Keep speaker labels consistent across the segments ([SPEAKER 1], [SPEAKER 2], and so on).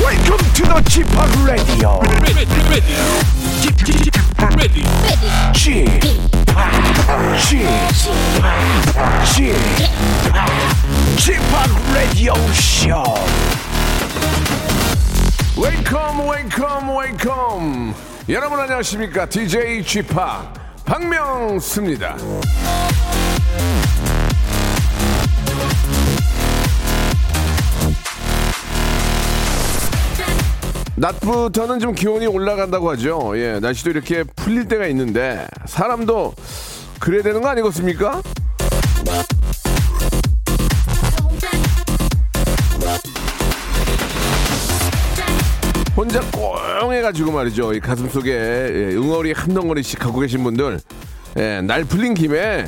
[SPEAKER 1] Welcome to the Chip Radio.
[SPEAKER 2] ready, ready, ready, ready.
[SPEAKER 1] Chip, Chip, Chip, Radio Show. Welcome, welcome, welcome. 여러분 안녕하십니까? DJ Chip 박명수입니다. 낮부터는 좀 기온이 올라간다고 하죠. 예, 날씨도 이렇게 풀릴 때가 있는데 사람도 그래야 되는 거 아니겠습니까? 혼자 꽁해가지고 말이죠. 이 가슴 속에 예, 응어리 한 덩어리씩 갖고 계신 분들, 예, 날 풀린 김에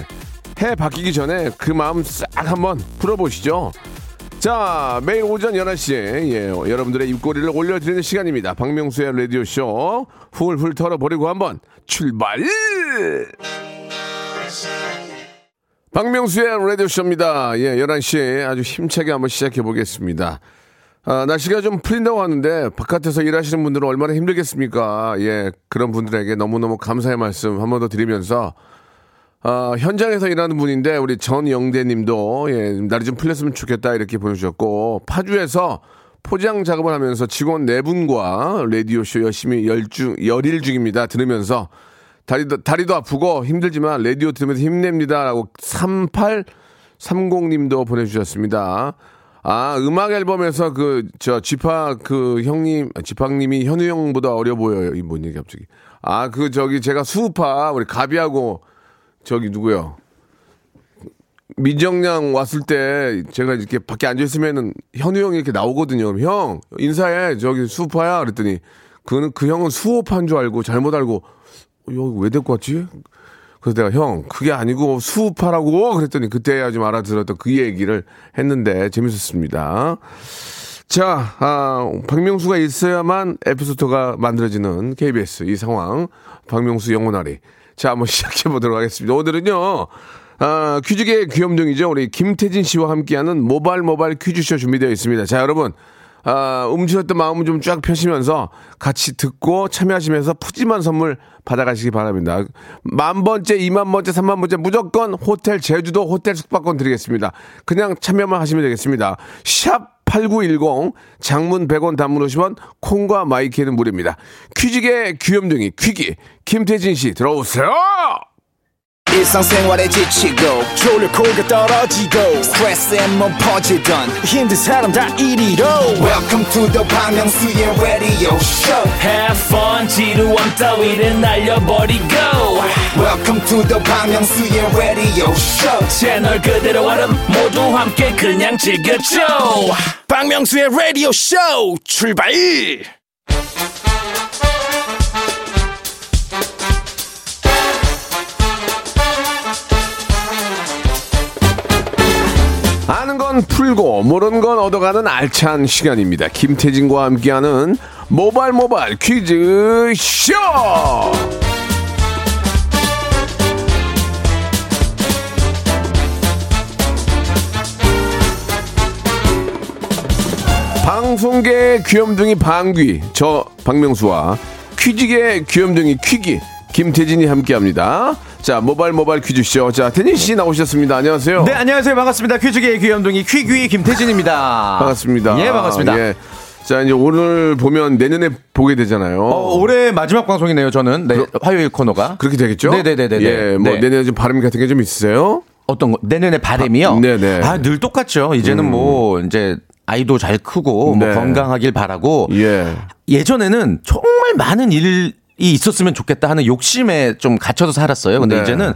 [SPEAKER 1] 해 바뀌기 전에 그 마음 싹 한번 풀어보시죠. 자, 매일 오전 11시에 예, 여러분들의 입꼬리를 올려드리는 시간입니다. 박명수의 라디오쇼 훌훌 털어버리고 한번 출발! 박명수의 라디오쇼입니다. 예, 11시에 아주 힘차게 한번 시작해 보겠습니다. 아, 날씨가 좀 풀린다고 하는데 바깥에서 일하시는 분들은 얼마나 힘들겠습니까? 예, 그런 분들에게 너무너무 감사의 말씀 한 번 더 드리면서 아, 현장에서 일하는 분인데 우리 전영대님도 예, 날이 좀 풀렸으면 좋겠다 이렇게 보내주셨고 파주에서 포장 작업을 하면서 직원 네 분과 라디오 쇼 열심히 열중 열일 중입니다 들으면서 다리도 다리도 아프고 힘들지만 라디오 들으면서 힘냅니다라고 3830님도 보내주셨습니다. 아 음악 앨범에서 그 저 지팍 그 형님 지팍님이 현우 형보다 어려 보여요 이뭔 얘기 갑자기 아 그 저기 제가 수우파 우리 가비하고 저기 누구요? 민정양 왔을 때 제가 이렇게 밖에 앉아 있으면은 현우 형이 이렇게 나오거든요. 그럼 형 인사해 저기 수파야 그랬더니 그는 그 형은 수호파인 줄 알고 잘못 알고 어, 여기 왜 데리고 왔지? 그래서 내가 형 그게 아니고 수우파라고 그랬더니 그때야 좀 알아들었던 그 얘기를 했는데 재밌었습니다. 자, 아, 박명수가 있어야만 에피소드가 만들어지는 KBS 이 상황. 박명수 영혼아리. 자, 한번 시작해 보도록 하겠습니다. 오늘은요. 아, 퀴즈계의 귀염둥이죠. 우리 김태진 씨와 함께하는 모발 모발 퀴즈쇼 준비되어 있습니다. 자, 여러분. 아, 움츠렸던 마음을 좀 쫙 펴시면서 같이 듣고 참여하시면서 푸짐한 선물 받아가시기 바랍니다. 만 번째, 이만 번째, 삼만 번째 무조건 호텔 제주도 호텔 숙박권 드리겠습니다. 그냥 참여만 하시면 되겠습니다. 샵 8910 장문 100원 단문 50원 콩과 마이키는 무료입니다. 퀴즈계 귀염둥이 퀴기 김태진 씨 들어오세요.
[SPEAKER 3] 일상생활에 지치고, 졸려 코가 떨어지고, 스트레스에 몸 퍼지던, 힘든 사람 다 이리로. welcome to the Bang Myung-soo's radio show
[SPEAKER 4] Have fun 지루함 따위를 날려버리고
[SPEAKER 3] welcome to the Bang Myung-soo's radio show
[SPEAKER 4] 채널 그대로 얼음 모두 함께 그냥 즐겨줘
[SPEAKER 2] 박명수의 라디오 쇼 출발!
[SPEAKER 1] 아는 건 풀고 모르는 건 얻어가는 알찬 시간입니다. 김태진과 함께하는 모발 모발 퀴즈 쇼. 방송계의 귀염둥이 방귀 저 박명수와 퀴즈계의 귀염둥이 퀴기 김태진이 함께합니다. 자 모발 모발 퀴즈쇼 자 태진 씨 나오셨습니다. 안녕하세요.
[SPEAKER 5] 네, 안녕하세요. 반갑습니다. 퀴즈계의 귀염둥이 퀴귀 김태진입니다.
[SPEAKER 1] 반갑습니다.
[SPEAKER 5] 예, 반갑습니다.
[SPEAKER 1] 예. 자 이제 오늘 보면 내년에 보게 되잖아요.
[SPEAKER 5] 어, 올해 마지막 방송이네요, 저는. 네, 화요일 코너가.
[SPEAKER 1] 그렇게 되겠죠?
[SPEAKER 5] 네네네네.
[SPEAKER 1] 예, 뭐
[SPEAKER 5] 네.
[SPEAKER 1] 내년에 좀 발음 같은 게 좀 있으세요?
[SPEAKER 5] 어떤 거? 내년에 바람이요?
[SPEAKER 1] 아, 네네. 음.
[SPEAKER 5] 아, 늘 똑같죠. 이제는 뭐, 이제. 아이도 잘 크고 뭐
[SPEAKER 1] 네.
[SPEAKER 5] 건강하길 바라고
[SPEAKER 1] 예.
[SPEAKER 5] 예전에는 정말 많은 일이 있었으면 좋겠다 하는 욕심에 좀 갇혀서 살았어요. 근데
[SPEAKER 1] 네.
[SPEAKER 5] 이제는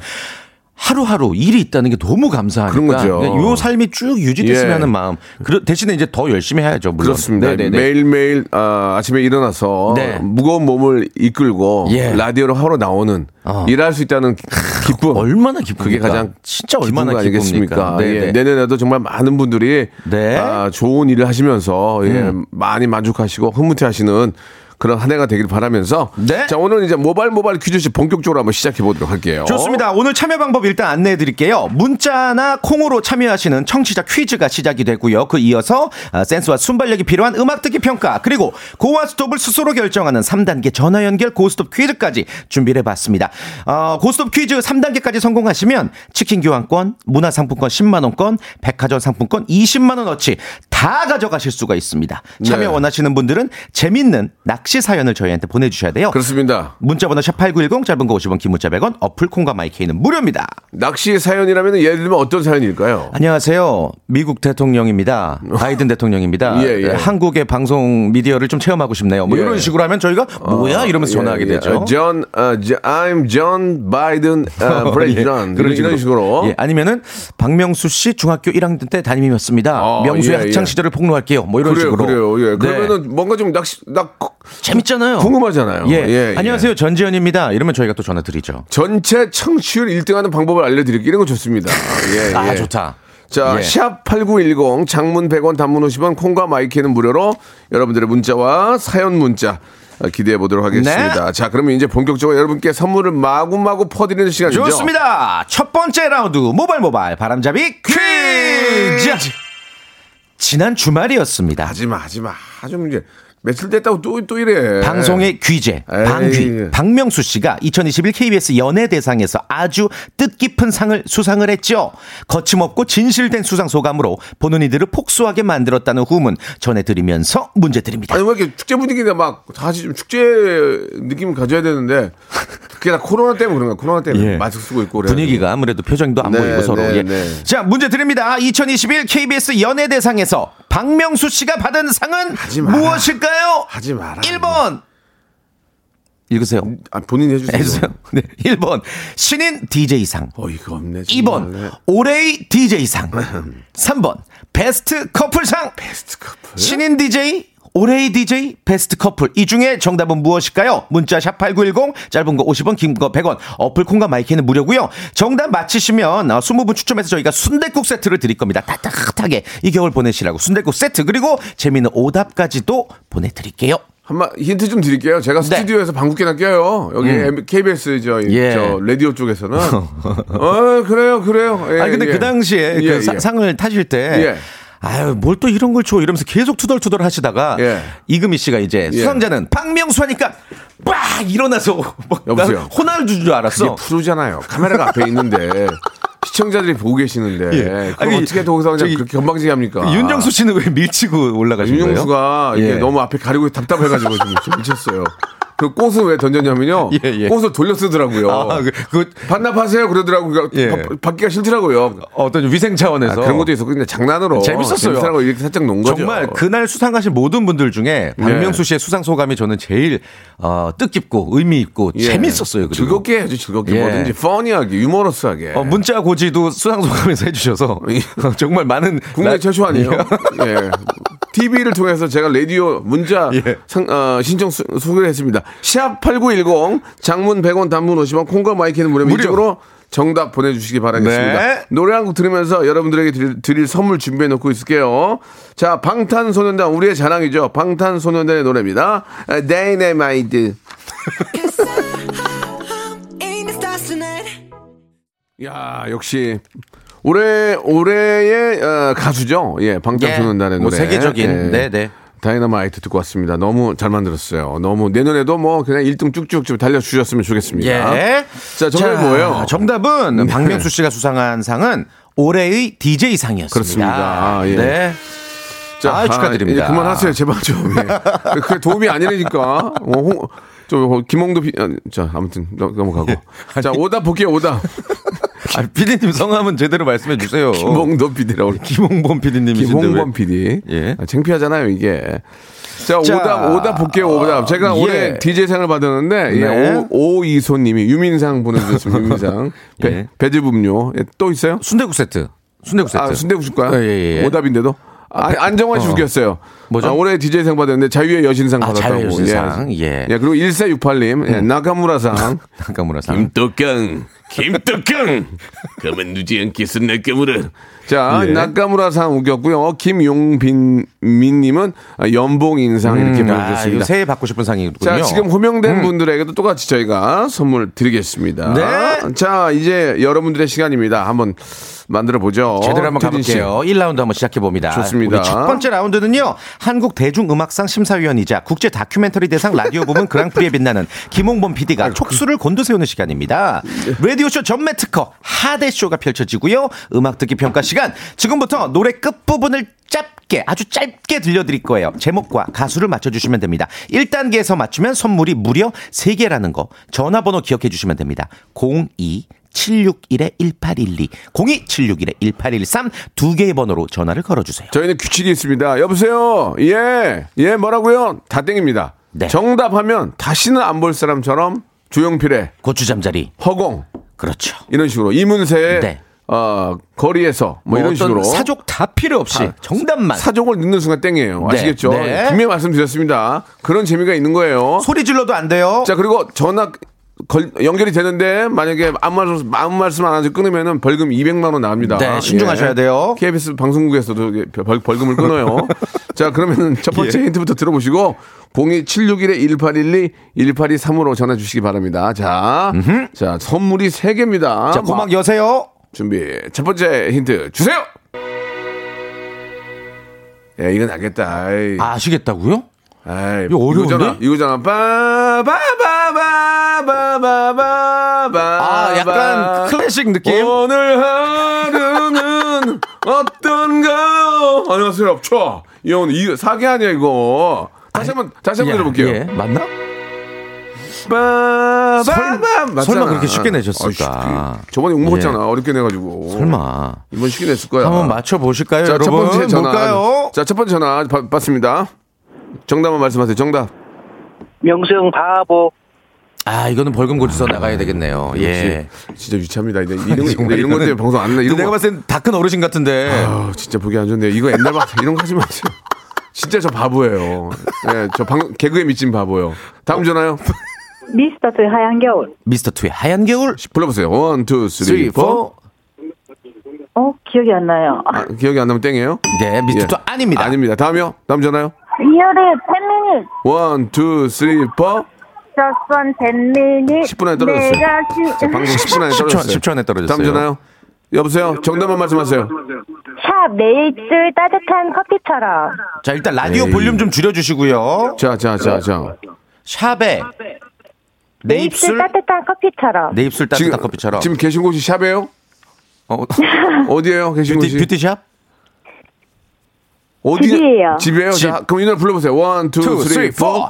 [SPEAKER 5] 하루하루 일이 있다는 게 너무 감사하니까
[SPEAKER 1] 그런 거죠.
[SPEAKER 5] 그냥 요 삶이 쭉 유지됐으면
[SPEAKER 1] 예.
[SPEAKER 5] 하는 마음. 그 대신에 이제 더 열심히 해야죠. 물론.
[SPEAKER 1] 그렇습니다.
[SPEAKER 5] 네네네.
[SPEAKER 1] 매일매일 아, 아침에 일어나서
[SPEAKER 5] 네.
[SPEAKER 1] 무거운 몸을 이끌고
[SPEAKER 5] 예. 어.
[SPEAKER 1] 라디오를 하러 나오는 일할 수 있다는 기- 기쁨.
[SPEAKER 5] 얼마나 기쁩니까?
[SPEAKER 1] 그게 가장
[SPEAKER 5] 진짜
[SPEAKER 1] 기쁜
[SPEAKER 5] 네, 얼마나
[SPEAKER 1] 거 아니겠습니까?
[SPEAKER 5] 기쁩니까?
[SPEAKER 1] 예,
[SPEAKER 5] 네, 네.
[SPEAKER 1] 내년에도 정말 많은 분들이
[SPEAKER 5] 네. 음.
[SPEAKER 1] 아, 좋은 일을 하시면서 예, 많이 만족하시고 흐뭇해하시는 그런 한 해가 되길 바라면서
[SPEAKER 5] 네.
[SPEAKER 1] 자 오늘 이제 모발 모발 퀴즈쇼 본격적으로 한번 시작해 보도록 할게요.
[SPEAKER 5] 좋습니다. 오늘 참여 방법 일단 안내해 드릴게요. 문자나 콩으로 참여하시는 청취자 퀴즈가 시작이 되고요. 그 이어서 아, 센스와 순발력이 필요한 음악 듣기 평가 그리고 고와 스톱을 스스로 결정하는 3단계 전화 연결 고스톱 퀴즈까지 준비해 봤습니다. 어, 고스톱 퀴즈 3단계까지 성공하시면 치킨 교환권, 문화 상품권 10만 원권, 백화점 상품권 20만 원어치 다 가져가실 수가 있습니다. 참여
[SPEAKER 1] 네.
[SPEAKER 5] 원하시는 분들은 재밌는 낚시 사연을 저희한테 보내 주셔야 돼요.
[SPEAKER 1] 그렇습니다.
[SPEAKER 5] 문자번호 샵 8910 짧은 거 50원 긴 문자 100원 어플 콩과 마이케이는 무료입니다.
[SPEAKER 1] 낚시 사연이라면 예를 들면 어떤 사연일까요?
[SPEAKER 5] 안녕하세요. 미국 대통령입니다. 바이든 대통령입니다.
[SPEAKER 1] 예, 예.
[SPEAKER 5] 네, 한국의 방송 미디어를 좀 체험하고 싶네요. 뭐
[SPEAKER 1] 예.
[SPEAKER 5] 이런 식으로 하면 저희가 뭐야
[SPEAKER 1] 아,
[SPEAKER 5] 이러면서 전화하게 되죠.
[SPEAKER 1] John, 어, 저- I'm John Biden uh, President
[SPEAKER 5] 어, 예, 그런
[SPEAKER 1] 이런, 이런 식으로
[SPEAKER 5] 예, 아니면은 박명수 씨 중학교 1학년 때 담임이었습니다.
[SPEAKER 1] 아,
[SPEAKER 5] 명수의
[SPEAKER 1] 예, 예.
[SPEAKER 5] 학창 시절을 폭로할게요. 뭐 이런
[SPEAKER 1] 그래요,
[SPEAKER 5] 식으로.
[SPEAKER 1] 그래요. 예.
[SPEAKER 5] 네.
[SPEAKER 1] 그러면은 뭔가 좀 낚시 낚
[SPEAKER 5] 재밌잖아요.
[SPEAKER 1] 궁금하잖아요.
[SPEAKER 5] 예. 안녕하세요. 전지현입니다. 이러면 저희가 또 전화 드리죠.
[SPEAKER 1] 전체 청취율 1등하는 방법을 알려드릴게요. 이런 거 좋습니다. 예,
[SPEAKER 5] 아,
[SPEAKER 1] 예.
[SPEAKER 5] 좋다.
[SPEAKER 1] 자,
[SPEAKER 5] 예.
[SPEAKER 1] 샵8910 장문 100원 단문 50원 콩과 마이키는 무료로 여러분들의 문자와 사연 문자 어, 기대해 보도록 하겠습니다.
[SPEAKER 5] 네.
[SPEAKER 1] 자, 그러면 이제 본격적으로 여러분께 선물을 마구마구 퍼드리는 시간이죠.
[SPEAKER 5] 좋습니다. 첫 번째 라운드 모발 모발 바람잡이 퀴즈. 지난 주말이었습니다.
[SPEAKER 1] 하지 마, 하지 마. 좀 이제 며칠 됐다고 또 또 이래.
[SPEAKER 5] 방송의 귀재
[SPEAKER 1] 예. 에이.
[SPEAKER 5] 방귀 박명수 씨가 2021 KBS 연예대상에서 아주 뜻깊은 상을 수상을 했죠. 거침없고 진실된 수상 소감으로 보는 이들을 폭소하게 만들었다는 후문 전해드리면서 문제 드립니다.
[SPEAKER 1] 아니 왜 이렇게 축제 분위기가 막 다시 좀 축제 느낌을 가져야 되는데 그게 다 코로나 때문에 그런가? 코로나 때문에
[SPEAKER 5] 예.
[SPEAKER 1] 마스크 쓰고 있고 그래.
[SPEAKER 5] 분위기가 아무래도 표정도 안
[SPEAKER 1] 네,
[SPEAKER 5] 보이고 서로.
[SPEAKER 1] 네,
[SPEAKER 5] 예.
[SPEAKER 1] 네.
[SPEAKER 5] 자 문제 드립니다. 2021 KBS 연예대상에서 박명수 씨가 받은 상은
[SPEAKER 1] 마라.
[SPEAKER 5] 무엇일까요?
[SPEAKER 1] 하지 마라.
[SPEAKER 5] 1번 읽으세요.
[SPEAKER 1] 아, 본인이 해주세요.
[SPEAKER 5] 해주세요. 네, 1번 신인 DJ상.
[SPEAKER 1] 어이가 음, 없네. 정말.
[SPEAKER 5] 2번 올해의 DJ상 3번 베스트 커플상
[SPEAKER 1] 베스트 커플.
[SPEAKER 5] 신인 DJ 올해의 DJ 베스트 커플 이 중에 정답은 무엇일까요? 문자 샵8910 짧은 거 50원 긴 거 100원 어플 콩과 마이크는 무료고요 정답 맞히시면 어, 20분 추첨해서 저희가 순댓국 세트를 드릴 겁니다 따뜻하게 이 겨울 보내시라고 순댓국 세트 그리고 재미있는 오답까지도 보내드릴게요
[SPEAKER 1] 한마 힌트 좀 드릴게요. 제가 스튜디오에서 방귀깨나 껴요. 여기 M- KBS 저,
[SPEAKER 5] 네. 음. 예.
[SPEAKER 1] 저 라디오 쪽에서는. 어 그래요 그래요. 예,
[SPEAKER 5] 아니 근데
[SPEAKER 1] 예.
[SPEAKER 5] 그 당시에 그
[SPEAKER 1] 예, 예.
[SPEAKER 5] 사- 상을 타실 때
[SPEAKER 1] 예.
[SPEAKER 5] 아유 뭘 또 이런 걸 줘 이러면서 계속 투덜투덜 하시다가
[SPEAKER 1] 예.
[SPEAKER 5] 이금희 씨가 이제 수상자는 박명수 하니까 빡 일어나서 막
[SPEAKER 1] 여보세요?
[SPEAKER 5] 나는 호날두인 줄
[SPEAKER 1] 이게
[SPEAKER 5] 알았어.
[SPEAKER 1] 아, 프로잖아요. 카메라가 앞에 있는데 시청자들이 보고 계시는데
[SPEAKER 5] 예.
[SPEAKER 1] 그럼
[SPEAKER 5] 아니,
[SPEAKER 1] 어떻게 거기서 그냥
[SPEAKER 5] 저기
[SPEAKER 1] 그렇게 건방지게 합니까?
[SPEAKER 5] 윤정수 씨는 왜 밀치고 올라가신 거예요?
[SPEAKER 1] 아. 윤영수가 이게
[SPEAKER 5] 예.
[SPEAKER 1] 너무 앞에 가리고 답답해가지고 지금 좀 미쳤어요. 그 꽃을 왜 던졌냐면요.
[SPEAKER 5] 예, 예.
[SPEAKER 1] 꽃을 돌려 쓰더라고요.
[SPEAKER 5] 아, 그, 그
[SPEAKER 1] 반납하세요 그러더라고요. 그러니까
[SPEAKER 5] 예.
[SPEAKER 1] 받- 받기가 싫더라고요.
[SPEAKER 5] 어떤 위생
[SPEAKER 1] 아,
[SPEAKER 5] 차원에서
[SPEAKER 1] 그런 것도 있었고 근데 장난으로
[SPEAKER 5] 재밌었어요.
[SPEAKER 1] 재밌으라고 이렇게 살짝 놓은 거죠. 네.
[SPEAKER 5] 정말 그날 수상하신 모든 분들 중에 박명수 씨의 수상 소감이 저는 제일 어, 뜻깊고 의미 있고
[SPEAKER 1] 예.
[SPEAKER 5] 재밌었어요. 그리고.
[SPEAKER 1] 즐겁게 해야죠, 즐겁게.
[SPEAKER 5] 예.
[SPEAKER 1] 뭐든지, 퍼니하게, 유머러스하게.
[SPEAKER 5] 어, 문자 고지도 수상 소감에서 해주셔서 정말 많은
[SPEAKER 1] 예. 국내
[SPEAKER 5] 라-
[SPEAKER 1] 최초 아니에요? 예. TV를 통해서 제가 라디오 문자
[SPEAKER 5] 예.
[SPEAKER 1] 상- 어, 신청 수, 소개를 했습니다. 샵8910 장문 100원 단문 50원 콩과 마이키는 무료
[SPEAKER 5] 무료.
[SPEAKER 1] 이쪽으로 정답 보내주시기 바라겠습니다.
[SPEAKER 5] 네.
[SPEAKER 1] 노래 한 곡 들으면서 여러분들에게 드릴, 드릴 선물 준비해 놓고 있을게요. 자 방탄소년단 우리의 자랑이죠. 방탄소년단의 노래입니다. 어, 데이네마이드
[SPEAKER 6] Ain't the stars tonight.
[SPEAKER 1] 야 역시 올해 올해의 어, 가수죠. 예, 방탄소년단의 노래.
[SPEAKER 5] 예, 뭐 세계적인, 네, 네.
[SPEAKER 1] 다이너마이트 듣고 왔습니다. 너무 잘 만들었어요. 너무 내년에도 뭐 그냥 1등 쭉쭉 좀 달려주셨으면 좋겠습니다.
[SPEAKER 5] 예.
[SPEAKER 1] 자, 정답이 뭐예요? 네.
[SPEAKER 5] 정답은 박명수 씨가 수상한 상은 올해의 DJ 상이었습니다.
[SPEAKER 1] 그렇습니다. 아, 예.
[SPEAKER 5] 네.
[SPEAKER 1] 자,
[SPEAKER 5] 아, 축하드립니다.
[SPEAKER 1] 이제 그만하세요, 제발 좀. 예. 그게 도움이 아니라니까. 어, 홍, 저 어, 김홍도 비, 아, 자 아무튼 넘- 넘어가고. 자 오답 볼게요, 오답.
[SPEAKER 5] 아, 피디님 성함은 제대로 말씀해 주세요.
[SPEAKER 1] 김홍도 PD라고.
[SPEAKER 5] 김홍범 음. 피디님이신데.
[SPEAKER 1] 김홍범 PD.
[SPEAKER 5] 예.
[SPEAKER 1] 아, 창피하잖아요, 이게. 자,
[SPEAKER 5] 자,
[SPEAKER 1] 오답, 오답 볼게요, 오답. 제가
[SPEAKER 5] 예.
[SPEAKER 1] 올해 DJ상을 받았는데,
[SPEAKER 5] 네.
[SPEAKER 1] 예, 오, 오이소님이 유민상 보내주셨습니다, 유민상. 배,
[SPEAKER 5] 예.
[SPEAKER 1] 배즙음료. 예, 또 있어요?
[SPEAKER 5] 순대국 세트. 순대국 세트.
[SPEAKER 1] 아, 순대국 줄까요?
[SPEAKER 5] 예, 예, 예.
[SPEAKER 1] 오답인데도? 아, 안정환 씨 웃겼어요.
[SPEAKER 5] 뭐죠?
[SPEAKER 1] 아, 올해 DJ상 받았는데 자유의 여신상
[SPEAKER 5] 아,
[SPEAKER 1] 받았다고.
[SPEAKER 5] 자유의 여신상, 예.
[SPEAKER 1] 그리고 1468님, 예, 나카무라상.
[SPEAKER 5] 나카무라 상.
[SPEAKER 2] 김떡강 김떡강 가만 누지 않겠어 내 깨물어
[SPEAKER 1] 자,
[SPEAKER 5] 예.
[SPEAKER 1] 나카무라상 웃겼고요. 어, 김용빈 민님은 아, 연봉 인상 이렇게
[SPEAKER 5] 아, 이거
[SPEAKER 1] 보내주셨습니다.
[SPEAKER 5] 새해 받고 싶은 상이군요. 음.
[SPEAKER 1] 자, 지금 호명된 분들에게도 똑같이 저희가 선물 드리겠습니다.
[SPEAKER 5] 네.
[SPEAKER 1] 자, 이제 여러분들의 시간입니다. 한번 만들어 보죠.
[SPEAKER 5] 제대로 한번
[SPEAKER 1] 태진 씨.
[SPEAKER 5] 가볼게요. 1라운드 한번 시작해 봅니다.
[SPEAKER 1] 좋습니다.
[SPEAKER 5] 우리 첫 번째 라운드는요. 한국 대중음악상 심사위원이자 국제 다큐멘터리 대상 라디오 부문 그랑프리에 빛나는 김홍범 PD가 촉수를 곤두세우는 시간입니다. 라디오쇼 전매 특허 하대쇼가 펼쳐지고요. 음악 듣기 평가 시간 지금부터 노래 끝부분을 짧게 아주 짧게 들려드릴 거예요. 제목과 가수를 맞춰주시면 됩니다. 1단계에서 맞추면 선물이 무려 3개라는 거 전화번호 기억해 주시면 됩니다. 02 761-1812, 02761-1813, 두 개의 번호로 전화를 걸어주세요.
[SPEAKER 1] 저희는 규칙이 있습니다. 여보세요. 예. 예, 뭐라고요? 다 땡입니다.
[SPEAKER 5] 네.
[SPEAKER 1] 정답하면 다시는 안 볼 사람처럼 조용필의
[SPEAKER 5] 고추잠자리.
[SPEAKER 1] 허공
[SPEAKER 5] 그렇죠.
[SPEAKER 1] 이런 식으로 이문세의
[SPEAKER 5] 네.
[SPEAKER 1] 어, 거리에서 뭐, 이런
[SPEAKER 5] 어떤
[SPEAKER 1] 식으로 아,
[SPEAKER 5] 사족 다 필요 없이 정답만.
[SPEAKER 1] 사족을 넣는 순간 땡이에요.
[SPEAKER 5] 네.
[SPEAKER 1] 아시겠죠?
[SPEAKER 5] 네.
[SPEAKER 1] 분명히 말씀드렸습니다. 그런 재미가 있는 거예요.
[SPEAKER 5] 소리 질러도 안 돼요.
[SPEAKER 1] 어? 자 그리고 전화 걸- 연결이 되는데 만약에 아무 말씀 아무 말씀 안 하죠 끊으면은 벌금 200만 원 나옵니다.
[SPEAKER 5] 네, 신중하셔야 돼요.
[SPEAKER 1] KBS 방송국에서도 이게 벌, 벌금을 끊어요. 자 그러면은 첫
[SPEAKER 5] 예.
[SPEAKER 1] 번째 힌트부터 들어보시고 02 761에 1812 1823으로 전화 주시기 바랍니다. 자, 자 선물이 세 개입니다.
[SPEAKER 5] 자, 고막 여세요.
[SPEAKER 1] 준비. 첫 번째 힌트 주세요. 예, 이건 알겠다. 아이.
[SPEAKER 5] 아시겠다고요?
[SPEAKER 1] 아이,
[SPEAKER 5] 이거 어려운데?
[SPEAKER 1] 이거잖아. 이거잖아. 빠바바바바바바바.
[SPEAKER 5] 아, 약간 클래식 느낌.
[SPEAKER 1] 어, 오늘 하루는 어떤가요? 안녕하세요. 쳐. 이 오늘 이 사기 아니야 이거. 다시 한번 다시 한번 들어볼게요.
[SPEAKER 5] 예, 맞나?
[SPEAKER 1] 빠바바.
[SPEAKER 5] 설마- 설마
[SPEAKER 1] 맞잖아.
[SPEAKER 5] 그렇게 쉽게 내셨을까? 예.
[SPEAKER 1] 아, 쉽게. 저번에 욕 먹었잖아. 어렵게 내가지고.
[SPEAKER 5] 설마.
[SPEAKER 1] 이번 쉽게 냈을 거야.
[SPEAKER 5] 한번 맞춰보실까요,
[SPEAKER 1] 자, 첫
[SPEAKER 5] 여러분?
[SPEAKER 1] 번째 전화.
[SPEAKER 5] 뭘까요?
[SPEAKER 1] 자, 첫 번째 전화 받, 받습니다. 정답만 말씀하세요. 정답.
[SPEAKER 7] 명수형 바보.
[SPEAKER 5] 아, 이거는 벌금 고지서 나가야 되겠네요. 예.
[SPEAKER 1] 진짜 유치합니다. 이제 이런, 거-
[SPEAKER 5] 정말
[SPEAKER 1] 이런 것 때문에
[SPEAKER 5] 이거는-
[SPEAKER 1] 방송 안 나. 이런
[SPEAKER 5] 근데 내가
[SPEAKER 1] 거.
[SPEAKER 5] 봤을 땐 다 큰 어르신 같은데.
[SPEAKER 1] 아, 진짜 보기 안 좋네요. 이거 옛날 막 이런 거 하지 마세요. 진짜 저 바보예요. 예, 저 방, 개그에 미친 바보요. 다음 전화요.
[SPEAKER 8] 미스터트 하얀 겨울.
[SPEAKER 5] 미스터 투의 하얀 겨울.
[SPEAKER 1] 불러보세요. 원, 투, 쓰리,
[SPEAKER 5] 쓰리,
[SPEAKER 1] 포.
[SPEAKER 5] 포.
[SPEAKER 8] 어 기억이 안 나요.
[SPEAKER 1] 아, 기억이 안 나면 땡이에요.
[SPEAKER 5] 네, 미스터 투 아닙니다.
[SPEAKER 1] 예. 아닙니다. 다음요. 다음 전화요.
[SPEAKER 8] 이열의 팬미닛.
[SPEAKER 1] 원, 투, 쓰리, 포.
[SPEAKER 8] 저선 팬미닛.
[SPEAKER 1] 10분 안에 떨어졌어요.
[SPEAKER 8] 내가 지-
[SPEAKER 1] 자, 방송 10분 안에
[SPEAKER 5] 10초,
[SPEAKER 1] 떨어졌어요.
[SPEAKER 5] 10초 안에 떨어졌어요.
[SPEAKER 1] 다음 전화요. 여보세요. 정답만 말씀하세요.
[SPEAKER 8] 샵 내일줄 따뜻한 커피처럼.
[SPEAKER 5] 자, 일단 라디오 볼륨 좀 줄여주시고요.
[SPEAKER 1] 자, 자, 자, 자.
[SPEAKER 5] 샵에 내 입술
[SPEAKER 8] 따뜻한 커피처럼.
[SPEAKER 1] 네.
[SPEAKER 5] 내 입술 따뜻한 커피처럼
[SPEAKER 1] 지금 계신 곳이 샵이에요?
[SPEAKER 5] 어,
[SPEAKER 1] 어디에요? 계신
[SPEAKER 5] 뷰티,
[SPEAKER 1] 곳이?
[SPEAKER 5] 뷰티샵
[SPEAKER 1] 어디
[SPEAKER 8] 집이에요.
[SPEAKER 1] 집이에요. 자, 그럼 이 노래 불러보세요. 원, 투, 쓰리, 포.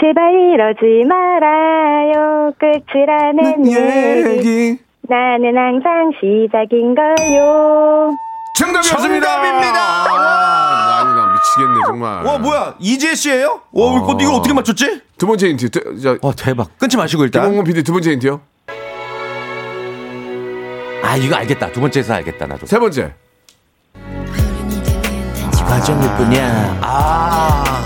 [SPEAKER 8] 제발 이러지 말아요. 끝이라는
[SPEAKER 1] 네,
[SPEAKER 8] 얘기. 나는 항상 시작인 걸요.
[SPEAKER 1] 정답이었습니다.
[SPEAKER 5] 정답입니다.
[SPEAKER 1] 아, 아니 나 미치겠네 정말.
[SPEAKER 5] 와 뭐야 이재 씨예요? 와
[SPEAKER 1] 아.
[SPEAKER 5] 이거 이걸 어떻게 맞췄지?
[SPEAKER 1] 두 번째 힌트. 두- 자,
[SPEAKER 5] 와 대박 끊지 마시고 일단
[SPEAKER 1] 김홍근 PD 두 번째 힌트요.
[SPEAKER 5] 아 이거 알겠다 두 번째에서 알겠다 나도
[SPEAKER 1] 세 번째.
[SPEAKER 5] 과정일 뿐이야 아와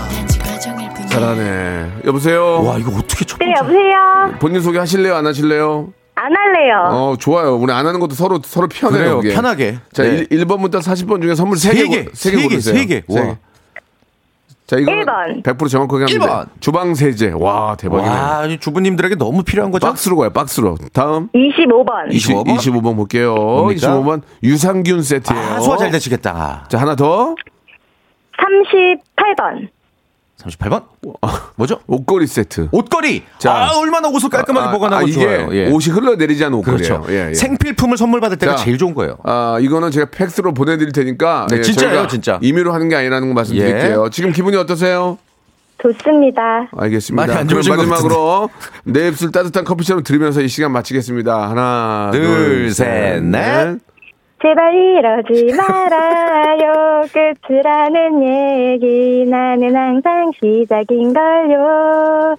[SPEAKER 1] 잘하네. 여보세요.
[SPEAKER 5] 이거 어떻게 첫
[SPEAKER 8] 네
[SPEAKER 5] 번째
[SPEAKER 8] 여보세요.
[SPEAKER 1] 본인 소개 하실래요? 안 하실래요?
[SPEAKER 8] 안 할래요.
[SPEAKER 1] 어, 좋아요. 우리 안 하는 것도 서로 서로 편해요.
[SPEAKER 5] 그래요,
[SPEAKER 1] 그게.
[SPEAKER 5] 편하게.
[SPEAKER 1] 자,
[SPEAKER 5] 네.
[SPEAKER 1] 일 1번부터 40번 중에 선물 세개
[SPEAKER 5] 세 개,
[SPEAKER 1] 고- 세개
[SPEAKER 5] 세 개,
[SPEAKER 1] 고르세요.
[SPEAKER 5] 세 개.
[SPEAKER 1] 세 개.
[SPEAKER 5] 와.
[SPEAKER 1] 자, 이거
[SPEAKER 8] 일 번.
[SPEAKER 1] 100% 정확하게 합니다.
[SPEAKER 5] 일 번.
[SPEAKER 1] 주방 세제. 와, 어, 대박이네.
[SPEAKER 5] 와 이 주부님들에게 너무 필요한 거죠?
[SPEAKER 1] 박스로 가요. 박스로. 다음.
[SPEAKER 8] 25번.
[SPEAKER 5] 25번?
[SPEAKER 1] 25번 볼게요. 25번 유산균 세트예요.
[SPEAKER 5] 아 소화 잘 되시겠다 아,
[SPEAKER 1] 자, 하나 더.
[SPEAKER 8] 38번.
[SPEAKER 5] 38번 뭐죠?
[SPEAKER 1] 옷걸이 세트.
[SPEAKER 5] 옷걸이
[SPEAKER 1] 자.
[SPEAKER 5] 아 얼마나 옷을 깔끔하게
[SPEAKER 1] 아,
[SPEAKER 5] 보관하고
[SPEAKER 1] 아, 이게
[SPEAKER 5] 좋아요 예.
[SPEAKER 1] 옷이 흘러내리지 않은 옷걸이에요.
[SPEAKER 5] 그렇죠
[SPEAKER 1] 예, 예.
[SPEAKER 5] 생필품을 선물 받을 때가
[SPEAKER 1] 자,
[SPEAKER 5] 제일 좋은 거예요
[SPEAKER 1] 아, 이거는 제가 팩스로 보내드릴 테니까.
[SPEAKER 5] 네, 진짜예요,
[SPEAKER 1] 저희가
[SPEAKER 5] 진짜. 예.
[SPEAKER 1] 임의로 하는 게 아니라는 거 말씀드릴게요. 지금 기분이 어떠세요?
[SPEAKER 8] 좋습니다.
[SPEAKER 1] 알겠습니다.
[SPEAKER 5] 많이 안
[SPEAKER 1] 그럼
[SPEAKER 5] 좋으신 것
[SPEAKER 1] 마지막으로 내 입술 따뜻한 커피처럼 들으면서 이 시간 마치겠습니다. 하나,
[SPEAKER 5] 둘,
[SPEAKER 1] 둘,
[SPEAKER 5] 셋,
[SPEAKER 1] 셋,
[SPEAKER 5] 넷.
[SPEAKER 1] 넷.
[SPEAKER 8] 제발 이러지 말아요. 끝이라는 얘기. 나는 항상 시작인걸요.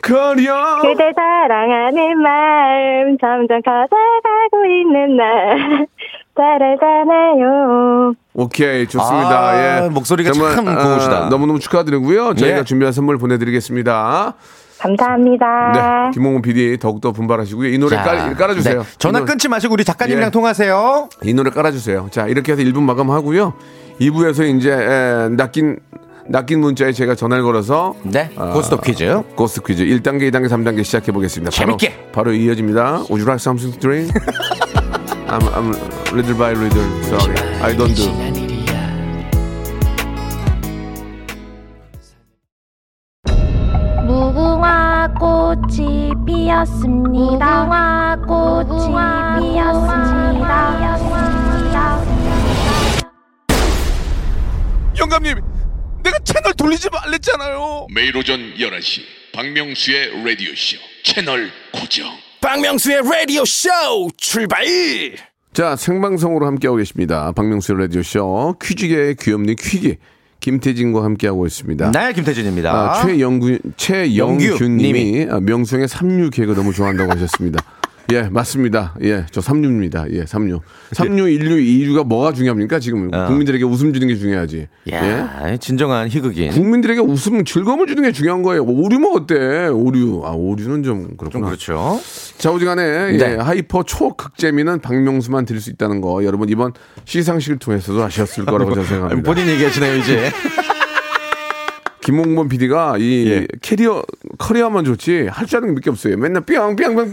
[SPEAKER 1] 커리어.
[SPEAKER 8] 그대 사랑하는 마음 점점 커져가고 있는 날. 잘 알잖아요.
[SPEAKER 1] 오케이 좋습니다.
[SPEAKER 5] 아,
[SPEAKER 1] 예.
[SPEAKER 5] 목소리가 참 고우시다.
[SPEAKER 1] 너무너무 축하드리고요. 저희가
[SPEAKER 5] 예.
[SPEAKER 1] 준비한 선물 보내드리겠습니다.
[SPEAKER 8] 감사합니다.
[SPEAKER 1] 네, 김홍훈 PD 더욱더 분발하시고요. 이 노래
[SPEAKER 5] 자,
[SPEAKER 1] 깔, 깔아주세요.
[SPEAKER 5] 네, 전화
[SPEAKER 1] 이 노래-
[SPEAKER 5] 끊지 마시고 우리 작가님이랑
[SPEAKER 1] 예.
[SPEAKER 5] 통화하세요.
[SPEAKER 1] 이 노래 깔아주세요. 자 이렇게 해서 1분 마감하고요. 2부에서 이제 에, 낚인 낚인 문자에 제가 전화를 걸어서
[SPEAKER 5] 네.
[SPEAKER 1] 아,
[SPEAKER 5] 고스톱 퀴즈.
[SPEAKER 1] 고스트 퀴즈 1단계, 2단계, 3단계 시작해 보겠습니다.
[SPEAKER 5] 재밌게.
[SPEAKER 1] 바로, 바로 이어집니다. Would you like something to drink? I'm, I'm little by little. Sorry, I don't do.
[SPEAKER 9] 무궁화 꽃이 피었습니다. 무궁화 꽃이 피었습니다.
[SPEAKER 2] 영감님, 내가 채널 돌리지 말랬잖아요. 매일 오전 11시 박명수의 라디오 쇼 채널 고정.
[SPEAKER 4] 박명수의 라디오 쇼 출발
[SPEAKER 1] 자, 생방송으로 함께하고 계십니다. 박명수 라디오쇼 퀴즈계의 귀염니 퀴기 김태진과 함께하고 있습니다.
[SPEAKER 5] 네, 김태진입니다.
[SPEAKER 1] 아, 최영균,
[SPEAKER 5] 영규
[SPEAKER 1] 최영균님이 아, 명수의 삼류 개그 너무 좋아한다고 하셨습니다. 예, 맞습니다. 예, 저 삼류입니다. 예, 삼류.
[SPEAKER 4] 예.
[SPEAKER 1] 삼류, 일류, 이류가 뭐가 중요합니까? 지금
[SPEAKER 5] 어.
[SPEAKER 1] 국민들에게 웃음 주는 게 중요하지. 예.
[SPEAKER 5] 야, 진정한 희극인.
[SPEAKER 1] 국민들에게 웃음, 즐거움을 주는 게 중요한 거예요. 뭐 오류면 어때? 오류. 아, 오류는 좀
[SPEAKER 5] 좀
[SPEAKER 1] 그렇구나.
[SPEAKER 5] 그렇죠.
[SPEAKER 1] 좌우지간에 예,
[SPEAKER 5] 네.
[SPEAKER 1] 하이퍼 초극재미는 박명수만 드릴 수 있다는 거 여러분 이번 시상식을 통해서도 아셨을 거라고 저는 생각합니다.
[SPEAKER 5] 본인 얘기하시네요, 이제.
[SPEAKER 1] 김홍범 PD가 이
[SPEAKER 5] 예.
[SPEAKER 1] 캐리어 커리어만 좋지 할 줄 아는 게 몇 개 없어요. 맨날 뿅뿅뿅뿅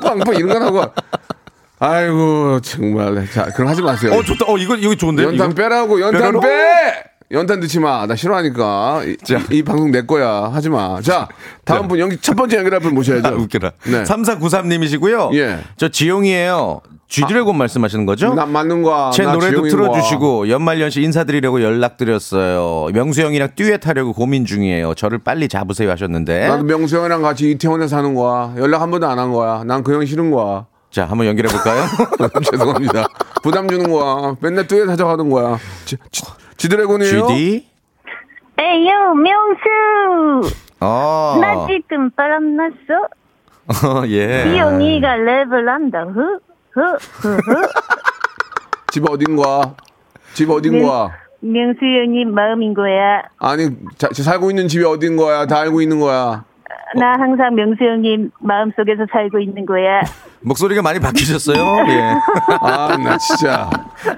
[SPEAKER 1] 뿅뿅 이런 거 하고 아이고 정말 자 그럼 하지 마세요.
[SPEAKER 5] 어, 좋다. 어, 이거, 이거 좋은데요?
[SPEAKER 1] 연탄
[SPEAKER 5] 이거?
[SPEAKER 1] 빼라고 연탄
[SPEAKER 5] 빼라고?
[SPEAKER 1] 빼 연탄 넣지 마나 싫어하니까 이, 이 방송 내 거야 하지 마자 다음 분 연기 첫 번째 연결할 분 모셔야죠
[SPEAKER 5] 아, 웃겨라.
[SPEAKER 1] 네.
[SPEAKER 5] 3493님이시고요.
[SPEAKER 1] 예.
[SPEAKER 5] 저 지용이에요. 쥐드래곤 말씀하시는 거죠?
[SPEAKER 1] 나 맞는 거야
[SPEAKER 5] 제
[SPEAKER 1] 나 뭐.
[SPEAKER 5] 노래도
[SPEAKER 1] 지용인 거야.
[SPEAKER 5] 틀어주시고 연말연시 인사드리려고 연락드렸어요. 명수 형이랑 듀엣 하려고 고민 중이에요. 저를 빨리 잡으세요 하셨는데.
[SPEAKER 1] 나도 명수 형이랑 같이 이태원에 사는 거야. 연락 한 번도 안 한 거야. 난 그 형 싫은 거야. 아,
[SPEAKER 5] 자, 한번 연결해 볼까요?
[SPEAKER 1] 죄송합니다. 부담 주는 거야. 맨날 뚜에 사자고 하는 거야. 지, 지, 지드래곤이에요?
[SPEAKER 5] GD.
[SPEAKER 8] 에이요, 명수!
[SPEAKER 5] 어.
[SPEAKER 8] 나 지금 바람났어?
[SPEAKER 5] 어, 예.
[SPEAKER 8] 이영이가 랩을 한다. 흐? 흐? 흐? 흐?
[SPEAKER 1] 집 어딘 거야? 집 어딘 거야?
[SPEAKER 8] 명수 형이 마음인 거야.
[SPEAKER 1] 아니, 자, 지 살고 있는 집이 어딘 거야? 다 알고 있는 거야.
[SPEAKER 8] 나
[SPEAKER 5] 어.
[SPEAKER 8] 항상 명수 형이 마음속에서 살고 있는 거야.
[SPEAKER 5] 목소리가 많이 바뀌셨어요. 예.
[SPEAKER 1] 아, 나 진짜.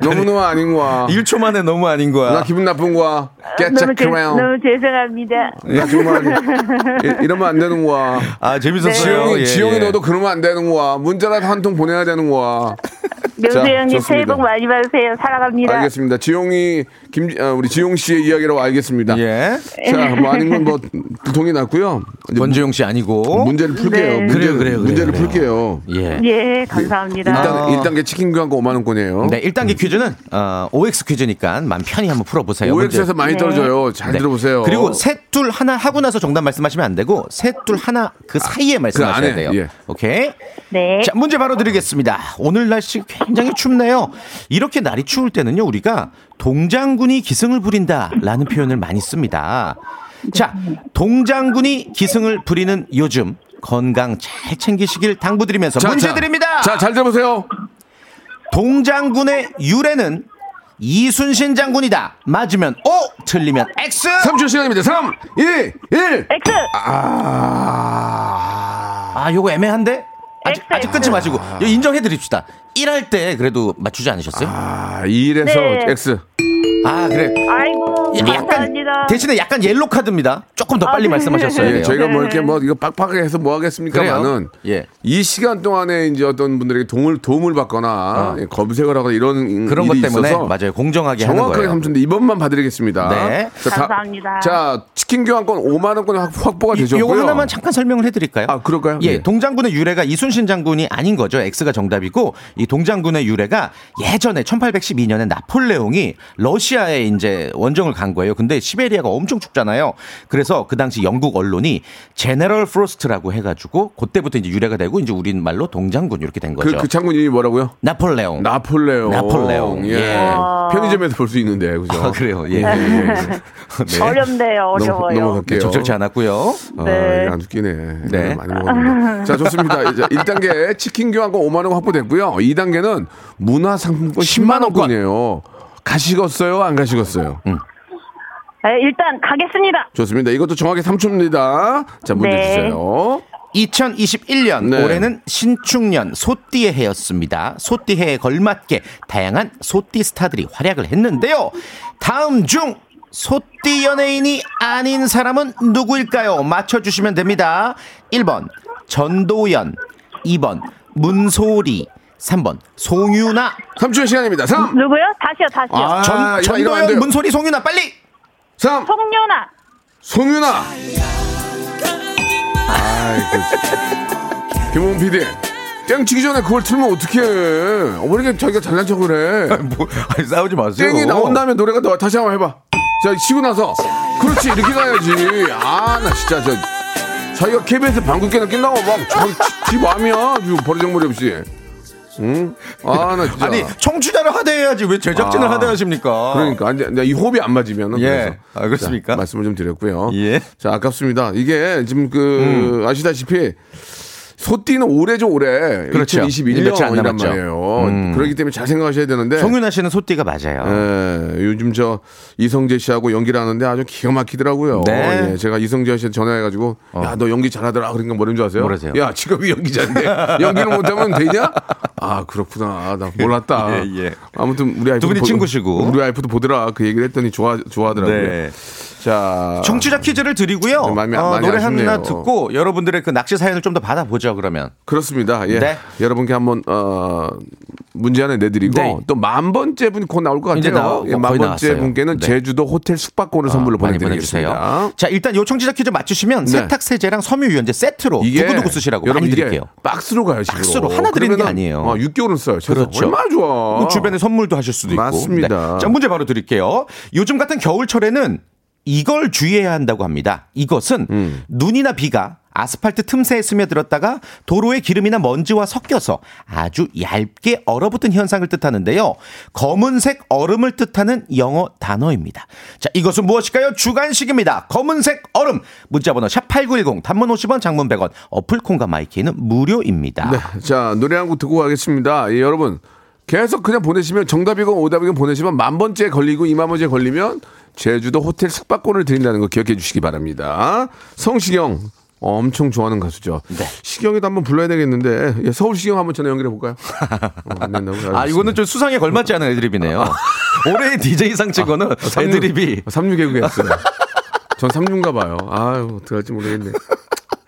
[SPEAKER 1] 너무너무 아닌 거야.
[SPEAKER 5] 1초 만에 너무 아닌 거야.
[SPEAKER 1] 나 기분 나쁜 거야. Get the
[SPEAKER 8] 너무, 죄,
[SPEAKER 1] crown.
[SPEAKER 8] 너무 죄송합니다.
[SPEAKER 1] 나 정말 이- 이러면 안 되는 거야.
[SPEAKER 5] 아, 재밌었어요.
[SPEAKER 1] 지영이,
[SPEAKER 5] 예,
[SPEAKER 1] 지영이
[SPEAKER 5] 예.
[SPEAKER 1] 너도 그러면 안 되는 거야. 문자라도 한 통 보내야 되는 거야.
[SPEAKER 8] 명수
[SPEAKER 1] 자,
[SPEAKER 8] 형님 새해
[SPEAKER 1] 좋습니다.
[SPEAKER 8] 복 많이 받으세요. 사랑합니다.
[SPEAKER 1] 알겠습니다. 지용이 김 아, 우리 지용 씨의 이야기라고 알겠습니다.
[SPEAKER 5] 예.
[SPEAKER 1] 자, 뭐 아닌 건뭐 동이 났고요. 이제
[SPEAKER 5] 권지용 씨 아니고.
[SPEAKER 1] 문제를 풀게요.
[SPEAKER 8] 네.
[SPEAKER 1] 문제,
[SPEAKER 5] 그래요, 그래요,
[SPEAKER 1] 문제를
[SPEAKER 5] 그래요.
[SPEAKER 1] 풀게요.
[SPEAKER 5] 예. 아.
[SPEAKER 8] 예, 감사합니다.
[SPEAKER 1] 일단 일단계 치킨 교환권 5만 원권이에요.
[SPEAKER 5] 네, 1단계 퀴즈는 어, OX 퀴즈니까 맘 편히 한번 풀어 보세요.
[SPEAKER 1] OX에서 많이 떨어져요. 잘 들어보세요.
[SPEAKER 5] 네. 그리고 셋 둘 하나 하고 나서 정답 말씀하시면 안 되고 셋 둘 하나 그 사이에 말씀하셔야
[SPEAKER 1] 아, 안에,
[SPEAKER 5] 돼요.
[SPEAKER 1] 예.
[SPEAKER 5] 오케이.
[SPEAKER 8] 네.
[SPEAKER 5] 자, 문제 바로 드리겠습니다. 오늘 날씨 굉장히 춥네요. 이렇게 날이 추울 때는요, 우리가 동장군이 기승을 부린다 라는 표현을 많이 씁니다. 자, 동장군이 기승을 부리는 요즘 건강 잘 챙기시길 당부드리면서
[SPEAKER 1] 자,
[SPEAKER 5] 문제
[SPEAKER 1] 자,
[SPEAKER 5] 드립니다.
[SPEAKER 1] 자, 잘 들어보세요.
[SPEAKER 5] 동장군의 유래는 이순신 장군이다. 맞으면 O, 틀리면 X.
[SPEAKER 1] 3초 시간입니다. 3, 2,
[SPEAKER 5] 뭐-
[SPEAKER 1] 1.
[SPEAKER 8] 엑스!
[SPEAKER 1] 아.
[SPEAKER 5] 아, 요거 애매한데? 아직,
[SPEAKER 8] X,
[SPEAKER 5] 아직 끊지 마시고 이거 인정해드립시다. 일할때 그래도 맞추지 않으셨어요?
[SPEAKER 1] 아, 2일에서
[SPEAKER 8] 네.
[SPEAKER 1] X.
[SPEAKER 5] 아 그래.
[SPEAKER 8] 아이고,
[SPEAKER 5] 예, 약간
[SPEAKER 8] 감사합니다.
[SPEAKER 5] 대신에 약간 옐로 카드입니다. 조금 더 빨리
[SPEAKER 8] 네.
[SPEAKER 5] 말씀하셨어야
[SPEAKER 1] 예,
[SPEAKER 5] 돼요.
[SPEAKER 1] 저희가 뭐
[SPEAKER 8] 네.
[SPEAKER 1] 이렇게 뭐 이거 빡빡하게 해서 뭐 하겠습니까만은
[SPEAKER 5] 그래요. 예.
[SPEAKER 1] 이 시간 동안에 이제 어떤 분들에게 도움을 도움을 받거나 예, 검색을 하거나 이런
[SPEAKER 5] 어. 네. 그런
[SPEAKER 1] 일이
[SPEAKER 5] 것 때문에
[SPEAKER 1] 있어서
[SPEAKER 5] 맞아요. 공정하게 하는
[SPEAKER 1] 정확하게
[SPEAKER 5] 거예요.
[SPEAKER 1] 삼촌데 이번만 받드리겠습니다.
[SPEAKER 5] 네.
[SPEAKER 1] 자, 다-
[SPEAKER 8] 감사합니다.
[SPEAKER 1] 자, 치킨 교환권 5만 원권 확보가 되죠.
[SPEAKER 5] 요거 하나만 잠깐 설명을 해드릴까요?
[SPEAKER 1] 아, 그럴까요?
[SPEAKER 5] 예,
[SPEAKER 1] 네.
[SPEAKER 5] 동장군의 유래가 이순신 장군이 아닌 거죠. X가 정답이고 이 동장군의 유래가 예전에 1812년에 나폴레옹이 러시아에 이제 원정을 간 거예요. 근데 시베리아가 엄청 춥잖아요. 그래서 그래서 그 당시 영국 언론이 제네럴 프로스트라고 해가지고 그때부터 이제 유래가 되고 이제 우린 말로 동장군 이렇게 된
[SPEAKER 1] 그,
[SPEAKER 5] 거죠.
[SPEAKER 1] 그 창군이 뭐라고요?
[SPEAKER 5] 나폴레옹.
[SPEAKER 1] 나폴레옹.
[SPEAKER 5] 나폴레옹,
[SPEAKER 1] 예.
[SPEAKER 5] 예.
[SPEAKER 1] 편의점에서 볼 수 있는데, 그죠?
[SPEAKER 5] 아, 그래요. 예. 네.
[SPEAKER 8] 어렵네요,
[SPEAKER 1] 넘어,
[SPEAKER 8] 어려워요.
[SPEAKER 5] 네,
[SPEAKER 1] 넘어갈게요.
[SPEAKER 5] 적절치 않았고요.
[SPEAKER 1] 아,
[SPEAKER 8] 네.
[SPEAKER 1] 이게 안 웃기네.
[SPEAKER 5] 네.
[SPEAKER 1] 네. 많이 먹었는데. 자, 좋습니다. 이제 1단계 치킨 교환권 5만원 확보됐고요. 2단계는 문화상품권 10만원권이에요. 가시겠어요? 안 가시겠어요?
[SPEAKER 5] 음.
[SPEAKER 8] 네, 일단 가겠습니다.
[SPEAKER 1] 좋습니다. 이것도 정확히 3초입니다. 자, 문제
[SPEAKER 8] 네.
[SPEAKER 1] 주세요.
[SPEAKER 5] 2021년
[SPEAKER 1] 네.
[SPEAKER 5] 올해는 신축년 소띠의 해였습니다. 소띠 해에 걸맞게 다양한 소띠 스타들이 활약을 했는데요. 다음 중 소띠 연예인이 아닌 사람은 누구일까요? 맞춰주시면 됩니다. 1번 전도연 2번 문소리 3번 송유나
[SPEAKER 1] 3초의 시간입니다. 3,
[SPEAKER 8] 누구요? 다시요, 다시요.
[SPEAKER 1] 아,
[SPEAKER 5] 전,
[SPEAKER 1] 이러면 안
[SPEAKER 5] 전도연
[SPEAKER 1] 돼요.
[SPEAKER 5] 문소리 송유나 빨리
[SPEAKER 1] 3,
[SPEAKER 8] 송윤아.
[SPEAKER 1] 송윤아. 아이고. 그 김홍 PD. 땡치기 전에 그걸 틀면 어떡해. 어, 왜 이렇게 자기가 잘난 척을 해.
[SPEAKER 5] 싸우지 마세요.
[SPEAKER 1] 땡이 나온 다음에 노래가 나와. 다시 한번 해봐. 자, 쉬고 나서. 그렇지, 이렇게 가야지. 아, 나 진짜, 저. 자기가 KBS 방귀깨나 낀다고 막, 저, 지, 지 마음이야. 아주 버리장머리 없이. 응? 아, 나 진짜.
[SPEAKER 5] 아니 청취자를 하대해야지 왜 제작진을
[SPEAKER 1] 아,
[SPEAKER 5] 하대하십니까?
[SPEAKER 1] 그러니까 이제 이제 이 호흡이 안 맞으면
[SPEAKER 5] 예. 아, 그렇습니까?
[SPEAKER 1] 말씀을 좀 드렸고요.
[SPEAKER 5] 예. 음.
[SPEAKER 1] 자 아깝습니다. 이게 지금 그 아시다시피 소띠는 오래죠 올해
[SPEAKER 5] 그렇죠. 며칠 안
[SPEAKER 1] 2021년이란
[SPEAKER 5] 남았죠. 음.
[SPEAKER 1] 말이에요. 그렇기 때문에 잘 생각하셔야 되는데.
[SPEAKER 5] 송윤아 씨는 소띠가 맞아요.
[SPEAKER 1] 예, 요즘 저 이성재 씨하고 연기를 하는데 아주 기가 막히더라고요.
[SPEAKER 5] 네. 어.
[SPEAKER 1] 예, 제가 이성재 씨한테 전화해가지고 야 너 연기 잘하더라 그러니까 뭐라는 줄 아세요?
[SPEAKER 5] 뭐라세요?
[SPEAKER 1] 야 직업이 연기자인데 연기를 못하면 되냐? 아 그렇구나 아, 나 몰랐다.
[SPEAKER 5] 예, 예.
[SPEAKER 1] 아무튼 우리 아이프
[SPEAKER 5] 두 분이 친구시고.
[SPEAKER 1] 우리 아이프도 보더라 그 얘기를 했더니 좋아 좋아하더라고요.
[SPEAKER 5] 네.
[SPEAKER 1] 자
[SPEAKER 5] 정치자 퀴즈를 드리고요.
[SPEAKER 1] 아. 네, 마음이-
[SPEAKER 5] 어,
[SPEAKER 1] 많이
[SPEAKER 5] 노래
[SPEAKER 1] 아쉽네요.
[SPEAKER 5] 하나 듣고 여러분들의 그 낚시 사연을 좀 더 받아보죠. 그러면
[SPEAKER 1] 그렇습니다. 예.
[SPEAKER 5] 네.
[SPEAKER 1] 여러분께 한번 어, 문제 하나 내드리고
[SPEAKER 5] 네.
[SPEAKER 1] 또 만 번째 분이 곧 나올 것
[SPEAKER 5] 이제
[SPEAKER 1] 같아요.
[SPEAKER 5] 나오고
[SPEAKER 1] 예, 만
[SPEAKER 5] 거의
[SPEAKER 1] 번째
[SPEAKER 5] 나왔어요.
[SPEAKER 1] 분께는
[SPEAKER 5] 네.
[SPEAKER 1] 제주도 호텔 숙박권을 선물로
[SPEAKER 5] 어, 많이
[SPEAKER 1] 보내드리겠습니다.
[SPEAKER 5] 보내주세요. 자, 일단 요 청취자 퀴즈 맞추시면
[SPEAKER 1] 네.
[SPEAKER 5] 세탁 세제랑 섬유 유연제 세트로 두고두고 어, 쓰시라고 많이 드릴게요.
[SPEAKER 1] 박스로 가요, 지금.
[SPEAKER 5] 박스로 하나 드리는 게 아니에요.
[SPEAKER 1] 아, 6개월은 써요. 최소.
[SPEAKER 5] 그렇죠.
[SPEAKER 1] 얼마나 좋아.
[SPEAKER 5] 그 주변에 선물도 하실 수도 있고.
[SPEAKER 1] 어. 맞습니다.
[SPEAKER 5] 네. 자, 문제 바로 드릴게요. 요즘 같은 겨울철에는 이걸 주의해야 한다고 합니다. 이것은
[SPEAKER 1] 음.
[SPEAKER 5] 눈이나 비가 아스팔트 틈새에 스며들었다가 도로의 기름이나 먼지와 섞여서 아주 얇게 얼어붙은 현상을 뜻하는데요. 검은색 얼음을 뜻하는 영어 단어입니다. 자, 이것은 무엇일까요? 주간식입니다. 검은색 얼음. 문자번호 샵8910 단문 50원 장문 100원 어플 콩과 마이키는 무료입니다.
[SPEAKER 1] 네. 자, 노래 한 곡 듣고 가겠습니다. 예, 여러분. 계속 그냥 보내시면 정답이건 오답이건 보내시면 만 번째 걸리고 이만 번째 걸리면 제주도 호텔 숙박권을 드린다는 거 기억해 주시기 바랍니다. 성시경 엄청 좋아하는 가수죠.
[SPEAKER 5] 네.
[SPEAKER 1] 시경이도 한번 불러야 되겠는데 예, 서울 시경 한번 전화 연결해 볼까요? 어, 안 된다고요?
[SPEAKER 5] 아, 이거는 좀 수상에 걸맞지 않은 애드립이네요. 올해의 DJ상 치고는
[SPEAKER 1] 아,
[SPEAKER 5] 애드립이.
[SPEAKER 1] 36개국에 했어요. 전 36인가 봐요. 아유, 어떡할지 모르겠네.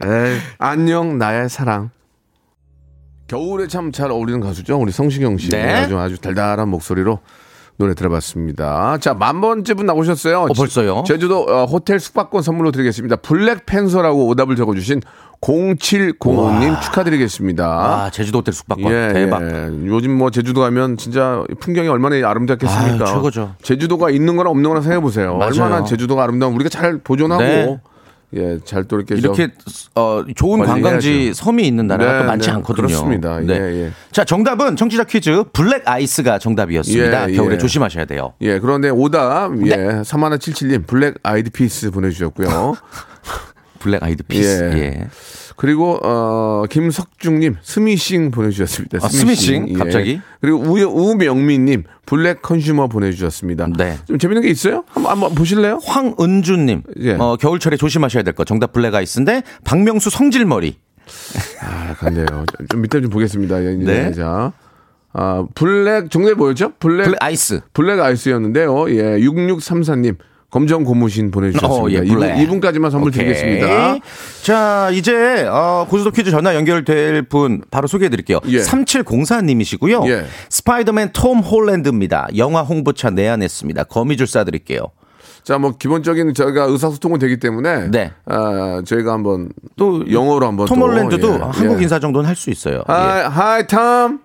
[SPEAKER 1] 에이, 안녕, 나의 사랑. 겨울에 참 잘 어울리는 가수죠. 우리 성시경 씨.
[SPEAKER 5] 네.
[SPEAKER 1] 아주 아주 달달한 목소리로 노래 들어봤습니다. 자, 만 번째 분 나오셨어요.
[SPEAKER 5] 어, 벌써요?
[SPEAKER 1] 제주도 어, 호텔 숙박권 선물로 드리겠습니다. 블랙팬서라고 오답을 적어주신 0705님 축하드리겠습니다.
[SPEAKER 5] 아, 제주도 호텔 숙박권.
[SPEAKER 1] 예,
[SPEAKER 5] 대박.
[SPEAKER 1] 예. 요즘 뭐 제주도 가면 진짜 풍경이 얼마나 아름답겠습니까?
[SPEAKER 5] 아유, 최고죠.
[SPEAKER 1] 제주도가 있는 거랑 없는 거랑 생각해 보세요.
[SPEAKER 5] 맞아요.
[SPEAKER 1] 얼마나 제주도가 아름다운 우리가 잘 보존하고
[SPEAKER 5] 네.
[SPEAKER 1] 예, 잘 또 이렇게 좀-
[SPEAKER 5] 이렇게 어, 좋은
[SPEAKER 1] 관리해야죠.
[SPEAKER 5] 관광지 섬이 있는 나라가
[SPEAKER 1] 네,
[SPEAKER 5] 또 많지
[SPEAKER 1] 네.
[SPEAKER 5] 않거든요.
[SPEAKER 1] 그렇습니다. 예,
[SPEAKER 5] 네.
[SPEAKER 1] 예.
[SPEAKER 5] 자, 정답은 청취자 퀴즈 블랙 아이스가 정답이었습니다.
[SPEAKER 1] 예,
[SPEAKER 5] 겨울에
[SPEAKER 1] 예.
[SPEAKER 5] 조심하셔야 돼요.
[SPEAKER 1] 예, 그런데 오답 예,
[SPEAKER 5] 네.
[SPEAKER 1] 3177님 블랙 아이드 피스 보내 주셨고요.
[SPEAKER 5] 블랙 아이드 피스.
[SPEAKER 1] 예.
[SPEAKER 5] 예.
[SPEAKER 1] 그리고 어 김석중님 스미싱 보내주셨습니다. 예.
[SPEAKER 5] 아, 스미싱? 갑자기?
[SPEAKER 1] 그리고 우, 우명민님 블랙 컨슈머 보내주셨습니다.
[SPEAKER 5] 네.
[SPEAKER 1] 좀 재밌는 게 있어요? 한번, 한번 보실래요?
[SPEAKER 5] 황은주님,
[SPEAKER 1] 예.
[SPEAKER 5] 어, 겨울철에 조심하셔야 될 거. 정답 블랙 아이스인데 박명수 성질머리.
[SPEAKER 1] 아, 간대요. 좀- 좀 밑에 좀 보겠습니다. 예, 이제
[SPEAKER 5] 네.
[SPEAKER 1] 자. 아, 블랙, 정답이 뭐였죠? 블랙,
[SPEAKER 5] 블랙 아이스.
[SPEAKER 1] 블랙 아이스였는데요. 예, 6634님. 검정 고무신 보내주셨습니다.
[SPEAKER 5] 어, 예, 블랙.
[SPEAKER 1] 이분, 이분까지만 선물
[SPEAKER 5] 오케이.
[SPEAKER 1] 드리겠습니다.
[SPEAKER 5] 네. 자, 이제 어, 고수도 퀴즈 전화 연결될 분 바로 소개해 드릴게요.
[SPEAKER 1] 예.
[SPEAKER 5] 3704님이시고요.
[SPEAKER 1] 예.
[SPEAKER 5] 스파이더맨 톰 홀랜드입니다. 영화 홍보차 내한했습니다. 거미줄 싸 드릴게요.
[SPEAKER 1] 자, 뭐, 기본적인 저희가 의사소통은 되기 때문에.
[SPEAKER 5] 네.
[SPEAKER 1] 아, 저희가 한번.
[SPEAKER 5] 또
[SPEAKER 1] 영어로 한번
[SPEAKER 5] 톰
[SPEAKER 1] 또,
[SPEAKER 5] 홀랜드도
[SPEAKER 1] 예,
[SPEAKER 5] 한국
[SPEAKER 1] 예. 아.
[SPEAKER 5] 인사 정도는 할 수 있어요. 예.
[SPEAKER 1] Hi, hi, Tom.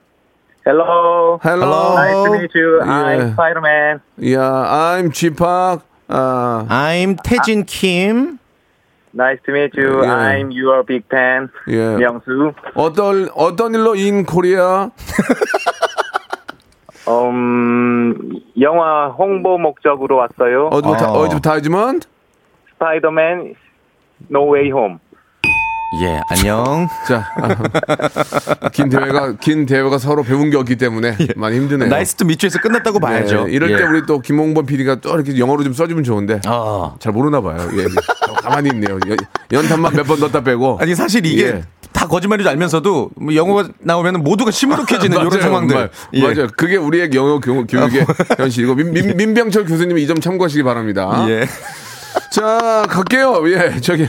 [SPEAKER 7] Hello. 예.
[SPEAKER 1] Hello.
[SPEAKER 7] Nice to meet you.
[SPEAKER 1] Yeah.
[SPEAKER 7] I'm Spider-Man.
[SPEAKER 1] 아, Yeah, I'm G Park. Uh,
[SPEAKER 5] I'm 태진 킴.
[SPEAKER 7] Nice to meet you.
[SPEAKER 1] Yeah.
[SPEAKER 7] I'm your big fan.
[SPEAKER 1] Yeah.
[SPEAKER 7] Myung-soo.
[SPEAKER 1] 어떤 어떤 일로 인 코리아?
[SPEAKER 7] 음, 영화 홍보 목적으로 왔어요.
[SPEAKER 1] 어디 어.
[SPEAKER 5] 아.
[SPEAKER 1] 어디부터지만
[SPEAKER 7] 스파이더맨 No Way Home.
[SPEAKER 5] 예, 안녕.
[SPEAKER 1] 자. 아, 긴 대회가 긴 대회가 서로 배운 게 없기 때문에 많이 힘드네요.
[SPEAKER 5] 예. 나이스 투 미츠에서 끝났다고
[SPEAKER 1] 예,
[SPEAKER 5] 봐야죠.
[SPEAKER 1] 이럴
[SPEAKER 5] 예.
[SPEAKER 1] 때 우리 또 김홍범 PD가 또 이렇게 영어로 좀 써주면 좋은데
[SPEAKER 5] 아.
[SPEAKER 1] 잘 모르나 봐요. 예, 예. 가만히 있네요. 연, 연탄만 몇 번 넣었다 빼고.
[SPEAKER 5] 아니 사실 이게
[SPEAKER 1] 예.
[SPEAKER 5] 다 거짓말인지 알면서도 뭐 영어가 나오면 모두가 시무룩해지는
[SPEAKER 1] 맞아요,
[SPEAKER 5] 이런 상황들. 예. 아, 뭐.
[SPEAKER 1] 정말. 맞아요. 그게 우리의 영어 교, 교육의 현실이고 민, 민, 민병철 교수님이 이 점 참고하시기 바랍니다.
[SPEAKER 5] 예.
[SPEAKER 1] 자 갈게요. 예, 저기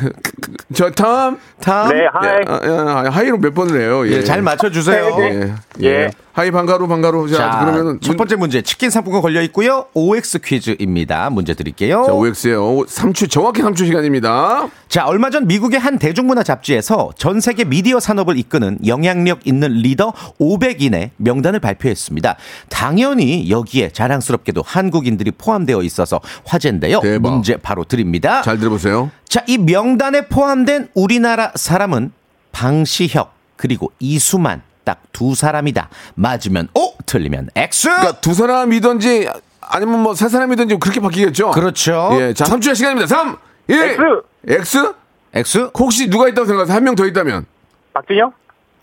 [SPEAKER 1] 저 탐.
[SPEAKER 5] 다음.
[SPEAKER 7] 네, 하이.
[SPEAKER 1] 아, 아, 아, 하이로 몇 번을 해요. 예.
[SPEAKER 5] 예, 잘 맞춰주세요.
[SPEAKER 1] 예. 예.
[SPEAKER 7] 예.
[SPEAKER 1] 하이 반가루 반가루. 자,
[SPEAKER 5] 자,
[SPEAKER 1] 그러면은
[SPEAKER 5] 첫 번째 문제 치킨 상품권 걸려 있고요. OX 퀴즈입니다. 문제 드릴게요.
[SPEAKER 1] 자, OX예요. 3초 정확히 3초 시간입니다.
[SPEAKER 5] 자, 얼마 전 미국의 한 대중문화 잡지에서 전 세계 미디어 산업을 이끄는 영향력 있는 리더 500인의 명단을 발표했습니다. 당연히 여기에 자랑스럽게도 한국인들이 포함되어 있어서 화제인데요.
[SPEAKER 1] 대박.
[SPEAKER 5] 문제 바로 드립니다.
[SPEAKER 1] 잘 들어보세요.
[SPEAKER 5] 자, 이 명단에 포함된 우리나라 사람은 방시혁 그리고 이수만 딱 두 사람이다. 맞으면 O, 틀리면 X.
[SPEAKER 1] 그러니까 두 사람이든지 아니면 뭐 세 사람이든지 그렇게 바뀌겠죠.
[SPEAKER 5] 그렇죠.
[SPEAKER 1] 예, 자, 3초의 시간입니다. 3, 1, X. X?
[SPEAKER 5] X?
[SPEAKER 1] 혹시 누가 있다고 생각하세요? 한 명 더 있다면?
[SPEAKER 7] 박준영?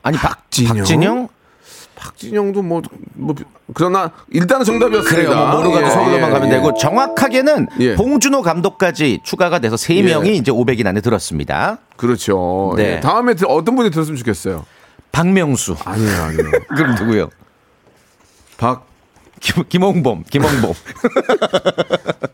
[SPEAKER 5] 아니 박,
[SPEAKER 1] 박진영?
[SPEAKER 5] 박진영? 네,
[SPEAKER 1] 박진영도 뭐, 뭐 그러나 일단은 정답이었습니다.
[SPEAKER 5] 그래요. 뭐 모르가도
[SPEAKER 1] 예,
[SPEAKER 5] 서울로만
[SPEAKER 1] 예,
[SPEAKER 5] 가면
[SPEAKER 1] 예.
[SPEAKER 5] 되고 정확하게는
[SPEAKER 1] 예.
[SPEAKER 5] 봉준호 감독까지 추가가 돼서 세 명이 이제 500인 안에 들었습니다.
[SPEAKER 1] 그렇죠.
[SPEAKER 5] 네.
[SPEAKER 1] 예, 다음에 들- 어떤 분이 들었으면 좋겠어요.
[SPEAKER 5] 박명수.
[SPEAKER 1] 아니에요, 아니에요.
[SPEAKER 5] 그럼 누구요?
[SPEAKER 1] 박
[SPEAKER 5] 김, 김홍범, 김홍범.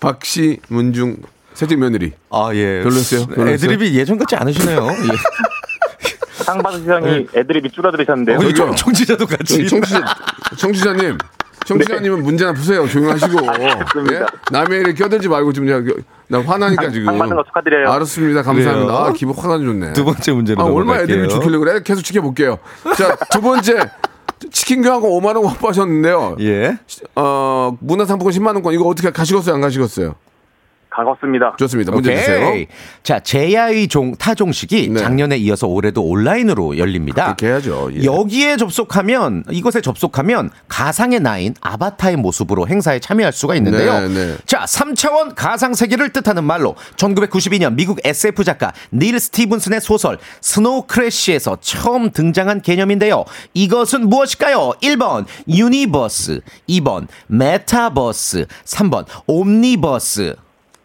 [SPEAKER 1] 박씨 문중 셋째 며느리.
[SPEAKER 5] 아 예.
[SPEAKER 1] 별로였어요? 별로였어요?
[SPEAKER 5] 애드립이 예전 같지 않으시네요. 예.
[SPEAKER 7] 상 받으신 형이 애드립이 예. 줄어들으셨는데요.
[SPEAKER 5] 우리
[SPEAKER 1] 저기요.
[SPEAKER 5] 청- 청취자도 같이.
[SPEAKER 1] 아, 그렇죠. 예, 청취자, 청취자님.
[SPEAKER 7] 네.
[SPEAKER 1] 청취자님은 문제나 푸세요. 조용하시고. 예?
[SPEAKER 7] 알겠습니다.
[SPEAKER 1] 남의 일에 껴들지 말고 지금 나, 나 화나니까 지금.
[SPEAKER 7] 상 받은 아, 거 축하드려요.
[SPEAKER 1] 알았습니다. 감사합니다.
[SPEAKER 5] 그래요?
[SPEAKER 1] 아, 기분 화가 좋네.
[SPEAKER 5] 두 번째 문제로
[SPEAKER 1] 아, 얼마
[SPEAKER 5] 넘어갈게요.
[SPEAKER 1] 애들이 좋길래 그래? 계속 지켜볼게요. 자, 두 번째. 치킨 교하고 5만원 확보하셨는데요.
[SPEAKER 5] 예.
[SPEAKER 1] 어, 문화상품권 10만원권. 이거 어떻게 가시겠어요? 안 가시겠어요?
[SPEAKER 7] 가겠습니다.
[SPEAKER 1] 좋습니다. 문제
[SPEAKER 5] 오케이.
[SPEAKER 1] 주세요.
[SPEAKER 5] 자, 제야의 종 타종식이
[SPEAKER 1] 네.
[SPEAKER 5] 작년에 이어서 올해도 온라인으로 열립니다.
[SPEAKER 1] 그렇게 해야죠. 예.
[SPEAKER 5] 여기에 접속하면 이것에 접속하면 가상의 나인 아바타의 모습으로 행사에 참여할 수가
[SPEAKER 1] 네,
[SPEAKER 5] 있는데요.
[SPEAKER 1] 네.
[SPEAKER 5] 자, 3차원 가상 세계를 뜻하는 말로 1992년 미국 SF 작가 닐 스티븐슨의 소설 스노우 크래시에서 처음 등장한 개념인데요. 이것은 무엇일까요? 1번 유니버스, 2번 메타버스, 3번 옴니버스.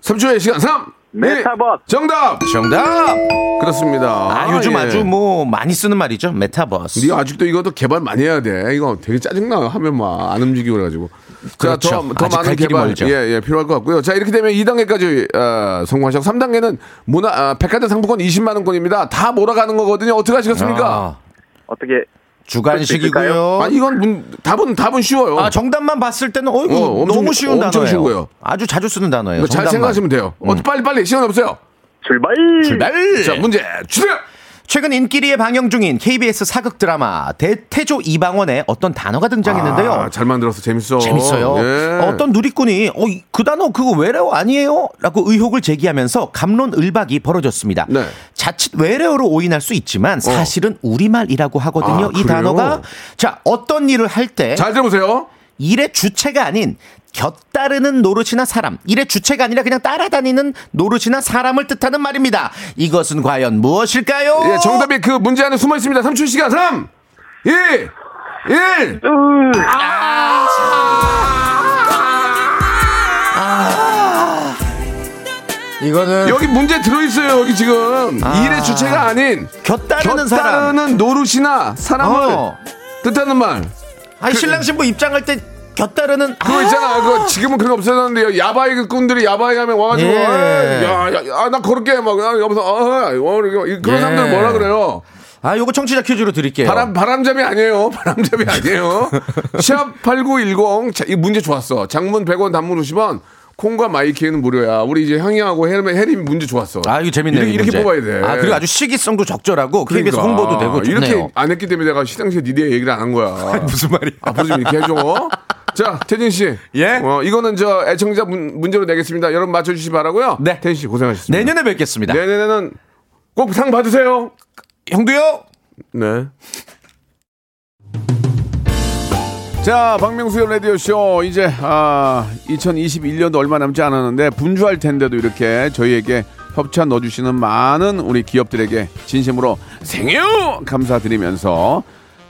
[SPEAKER 1] 3초의 시간 3!
[SPEAKER 7] 메타버스.
[SPEAKER 1] 정답!
[SPEAKER 5] 정답!
[SPEAKER 1] 그렇습니다.
[SPEAKER 5] 아, 요즘
[SPEAKER 1] 예.
[SPEAKER 5] 아주 뭐 많이 쓰는 말이죠. 메타버스.
[SPEAKER 1] 네가 아직도 이것도 개발 많이 해야 돼. 이거 되게 짜증나. 하면 막 안 움직이고 그래가지고.
[SPEAKER 5] 그렇죠.
[SPEAKER 1] 자, 더, 더
[SPEAKER 5] 아직
[SPEAKER 1] 많은
[SPEAKER 5] 갈 길이
[SPEAKER 1] 개발
[SPEAKER 5] 멀죠.
[SPEAKER 1] 예, 예, 필요할 것 같고요. 자, 이렇게 되면 2단계까지 어, 성공하셨고 3단계는 문화 아, 백화점 상품권 20만 원권입니다. 다 몰아가는 거거든요. 어떻게 하시겠습니까?
[SPEAKER 5] 아,
[SPEAKER 7] 어떻게
[SPEAKER 5] 주간식이고요.
[SPEAKER 1] 아, 이건 문- 답은 답은 쉬워요.
[SPEAKER 5] 아 정답만 봤을 때는 어이구
[SPEAKER 1] 어, 엄청,
[SPEAKER 5] 너무 쉬운
[SPEAKER 1] 엄청
[SPEAKER 5] 단어예요.
[SPEAKER 1] 쉬운 거예요.
[SPEAKER 5] 아주 자주 쓰는 단어예요.
[SPEAKER 1] 이거 잘
[SPEAKER 5] 정답만. 음.
[SPEAKER 1] 생각하시면 돼요. 어, 빨리 빨리 시간 없어요.
[SPEAKER 7] 출발!
[SPEAKER 5] 네.
[SPEAKER 1] 자, 문제 주세요.
[SPEAKER 5] 최근 인기리에 방영 중인 KBS 사극 드라마 대태조 이방원에 어떤 단어가 등장했는데요.
[SPEAKER 1] 아, 잘 만들어서 재밌어.
[SPEAKER 5] 재밌어요.
[SPEAKER 1] 예.
[SPEAKER 5] 어떤 누리꾼이 어, 이- 그 단어 그거 외래어 아니에요? 라고 의혹을 제기하면서 감론을박이 벌어졌습니다.
[SPEAKER 1] 네.
[SPEAKER 5] 자칫 외래어로 오인할 수 있지만 사실은 우리말이라고 하거든요.
[SPEAKER 1] 아,
[SPEAKER 5] 이
[SPEAKER 1] 그래요?
[SPEAKER 5] 단어가 자 어떤 일을 할 때
[SPEAKER 1] 잘 들어보세요.
[SPEAKER 5] 일의 주체가 아닌 곁다르는 노릇이나 사람, 일의 주체가 아니라 그냥 따라다니는 노릇이나 사람을 뜻하는 말입니다. 이것은 과연 무엇일까요?
[SPEAKER 1] 예, 정답이 그 문제 안에 숨어 있습니다. 3초 시간 3 2 1
[SPEAKER 5] 이거는
[SPEAKER 1] 여기 문제 들어있어요 여기 지금 일의 주체가 아닌
[SPEAKER 5] 곁다르는 사람.
[SPEAKER 1] 곁다르는 노릇이나 사람을 그
[SPEAKER 5] 어.
[SPEAKER 1] 뜻하는 말
[SPEAKER 5] 아니 신랑 신부 입장할 때 곁다르는
[SPEAKER 1] 그거 있잖아 그거 지금은 그런 거 없어졌는데요 야바이 꾼들이 야바이 하면 와가지고
[SPEAKER 5] 예.
[SPEAKER 1] 야야나 걸을게 막 아, 여기서 아, 어, 이렇게 그런
[SPEAKER 5] 예.
[SPEAKER 1] 사람들 뭐라 그래요
[SPEAKER 5] 아 요거 청취자 퀴즈로 드릴게요.
[SPEAKER 1] 바람 바람잡이 아니에요 바람잡이 아니에요 샵8910이 문제 좋았어 장문 100원 단문 50원 콩과 마이키는 무료야 우리 이제 향이하고 해림이 해림 문제 좋았어
[SPEAKER 5] 아 이거 재밌네요.
[SPEAKER 1] 이렇게,
[SPEAKER 5] 이
[SPEAKER 1] 이렇게
[SPEAKER 5] 문제.
[SPEAKER 1] 뽑아야 돼
[SPEAKER 5] 아 그리고 아주 시기성도 적절하고 KBS
[SPEAKER 1] 그러니까.
[SPEAKER 5] 홍보도 되고 좋네요.
[SPEAKER 1] 이렇게 안 했기 때문에 내가 시상식에 니네 얘기를 안 한 거야.
[SPEAKER 5] 아, 무슨 말이야?
[SPEAKER 1] 앞으로 좀 이렇게 해줘. 자, 태진 씨.
[SPEAKER 5] 예?
[SPEAKER 1] 어, 이거는 저 애청자 문, 문제로 내겠습니다. 여러분 맞춰주시기 바라고요.
[SPEAKER 5] 네.
[SPEAKER 1] 태진 씨 고생하셨습니다.
[SPEAKER 5] 내년에 뵙겠습니다.
[SPEAKER 1] 네. 내년에는 꼭 상 받으세요.
[SPEAKER 5] 형도요.
[SPEAKER 1] 네. 자, 박명수의 라디오쇼. 이제, 아, 2021년도 얼마 남지 않았는데, 분주할 텐데도 이렇게 저희에게 협찬 넣어주시는 많은 우리 기업들에게 진심으로 생유! 감사드리면서.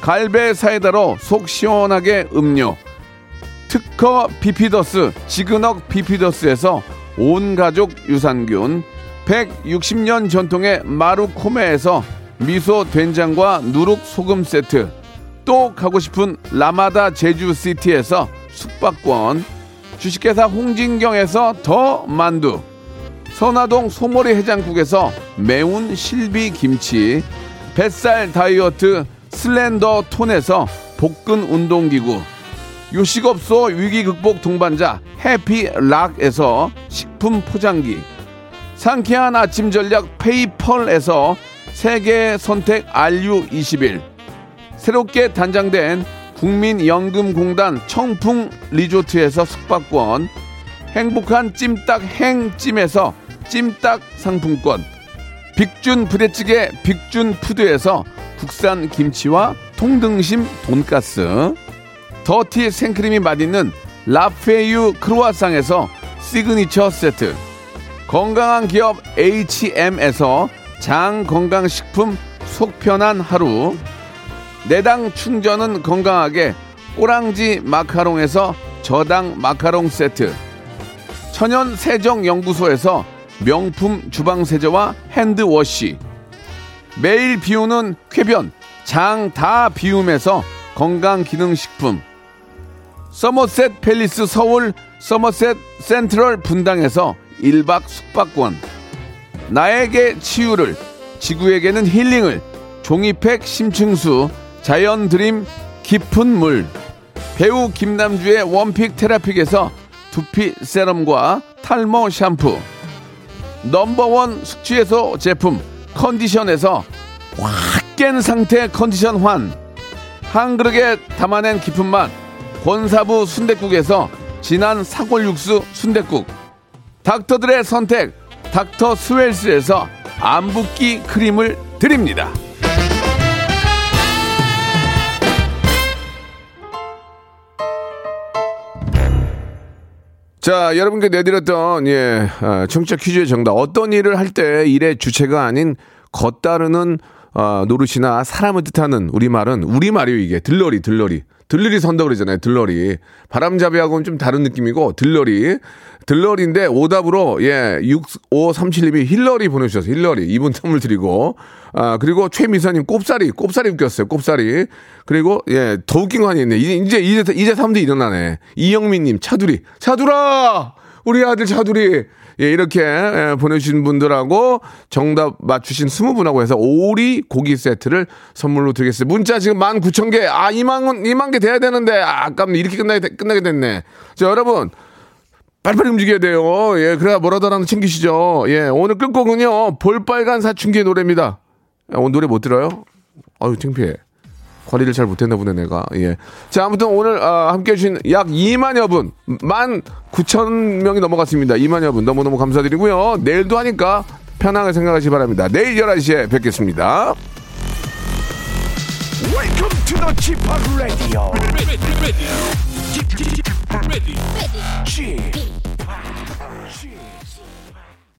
[SPEAKER 1] 갈배 사이다로 속 시원하게 음료 특허 비피더스 지그넉 비피더스에서 온 가족 유산균 160년 전통의 마루코메에서 미소 된장과 누룩 소금 세트 또 가고 싶은 라마다 제주시티에서 숙박권 주식회사 홍진경에서 더 만두 선화동 소머리 해장국에서 매운 실비 김치, 뱃살 다이어트 슬렌더 톤에서 복근 운동기구, 요식업소 위기 극복 동반자 해피락에서 식품 포장기, 상쾌한 아침 전략 페이펄에서 세계 선택 RU21, 새롭게 단장된 국민연금공단 청풍 리조트에서 숙박권, 행복한 찜닭 행찜에서 찜닭 상품권 빅준 부대찌개 빅준 푸드에서 국산 김치와 통등심 돈가스 더티 생크림이 맛있는 라페유 크로아상에서 시그니처 세트 건강한 기업 HM에서 장 건강식품 속편한 하루 내당 충전은 건강하게 꼬랑지 마카롱에서 저당 마카롱 세트 천연 세정 연구소에서 명품 주방 세제와 핸드워시 매일 비우는 쾌변 장 다 비움에서 건강 기능 식품 서머셋 팰리스 서울 서머셋 센트럴 분당에서 1박 숙박권 나에게 치유를 지구에게는 힐링을 종이팩 심층수 자연 드림 깊은 물 배우 김남주의 원픽 테라픽에서 두피 세럼과 탈모 샴푸 넘버원 숙취해소 제품 컨디션에서 확 깬 상태 컨디션 환 한 그릇에 담아낸 깊은 맛 권사부 순댓국에서 진한 사골육수 순댓국 닥터들의 선택 닥터 스웰스에서 안붓기 크림을 드립니다 자, 여러분께 내드렸던, 예, 아, 청취자 퀴즈의 정답. 어떤 일을 할 때 일의 주체가 아닌 겉다르는 아, 노릇이나 사람을 뜻하는 우리말은 우리말이에요, 이게. 들러리, 들러리. 들러리 선다 그러잖아요, 들러리. 바람잡이하고는 좀 다른 느낌이고, 들러리. 들러리인데, 오답으로, 예, 6537님이 힐러리 보내주셨어요, 힐러리. 이분 선물 드리고. 아, 그리고 최미사님 꼽사리, 꼽사리 웃겼어요, 꼽사리. 그리고, 예, 더 웃긴 거 하나 있네. 이제, 이제, 이제, 이제 사람들이 일어나네. 이영민님, 차두리. 차두라! 우리 아들 차두리. 예, 이렇게 예, 보내주신 분들하고 정답 맞추신 스무 분하고 해서 오리 고기 세트를 선물로 드리겠습니다. 문자 지금 만 구천 개. 아, 이만, 이만 개 돼야 되는데. 아, 아깝네. 이렇게 끝나게, 되- 끝나게 됐네. 자, 여러분. 빨리빨리 움직여야 돼요. 예, 그래야 뭐라도라도 챙기시죠. 예, 오늘 끝곡은요. 볼빨간 사춘기의 노래입니다. 야, 아, 오늘 노래 못 들어요? 아유, 창피해. 관리를 잘 못했나 보네 내가 예. 자 아무튼 오늘 아, 함께해 주신 약 2만여 분 만 9천 명이 넘어갔습니다 2만여 분 너무너무 감사드리고요 내일도 하니까 편하게 생각하시기 바랍니다 내일 11시에 뵙겠습니다
[SPEAKER 2] Welcome to the g p Radio. Ready, ready, ready, ready, ready.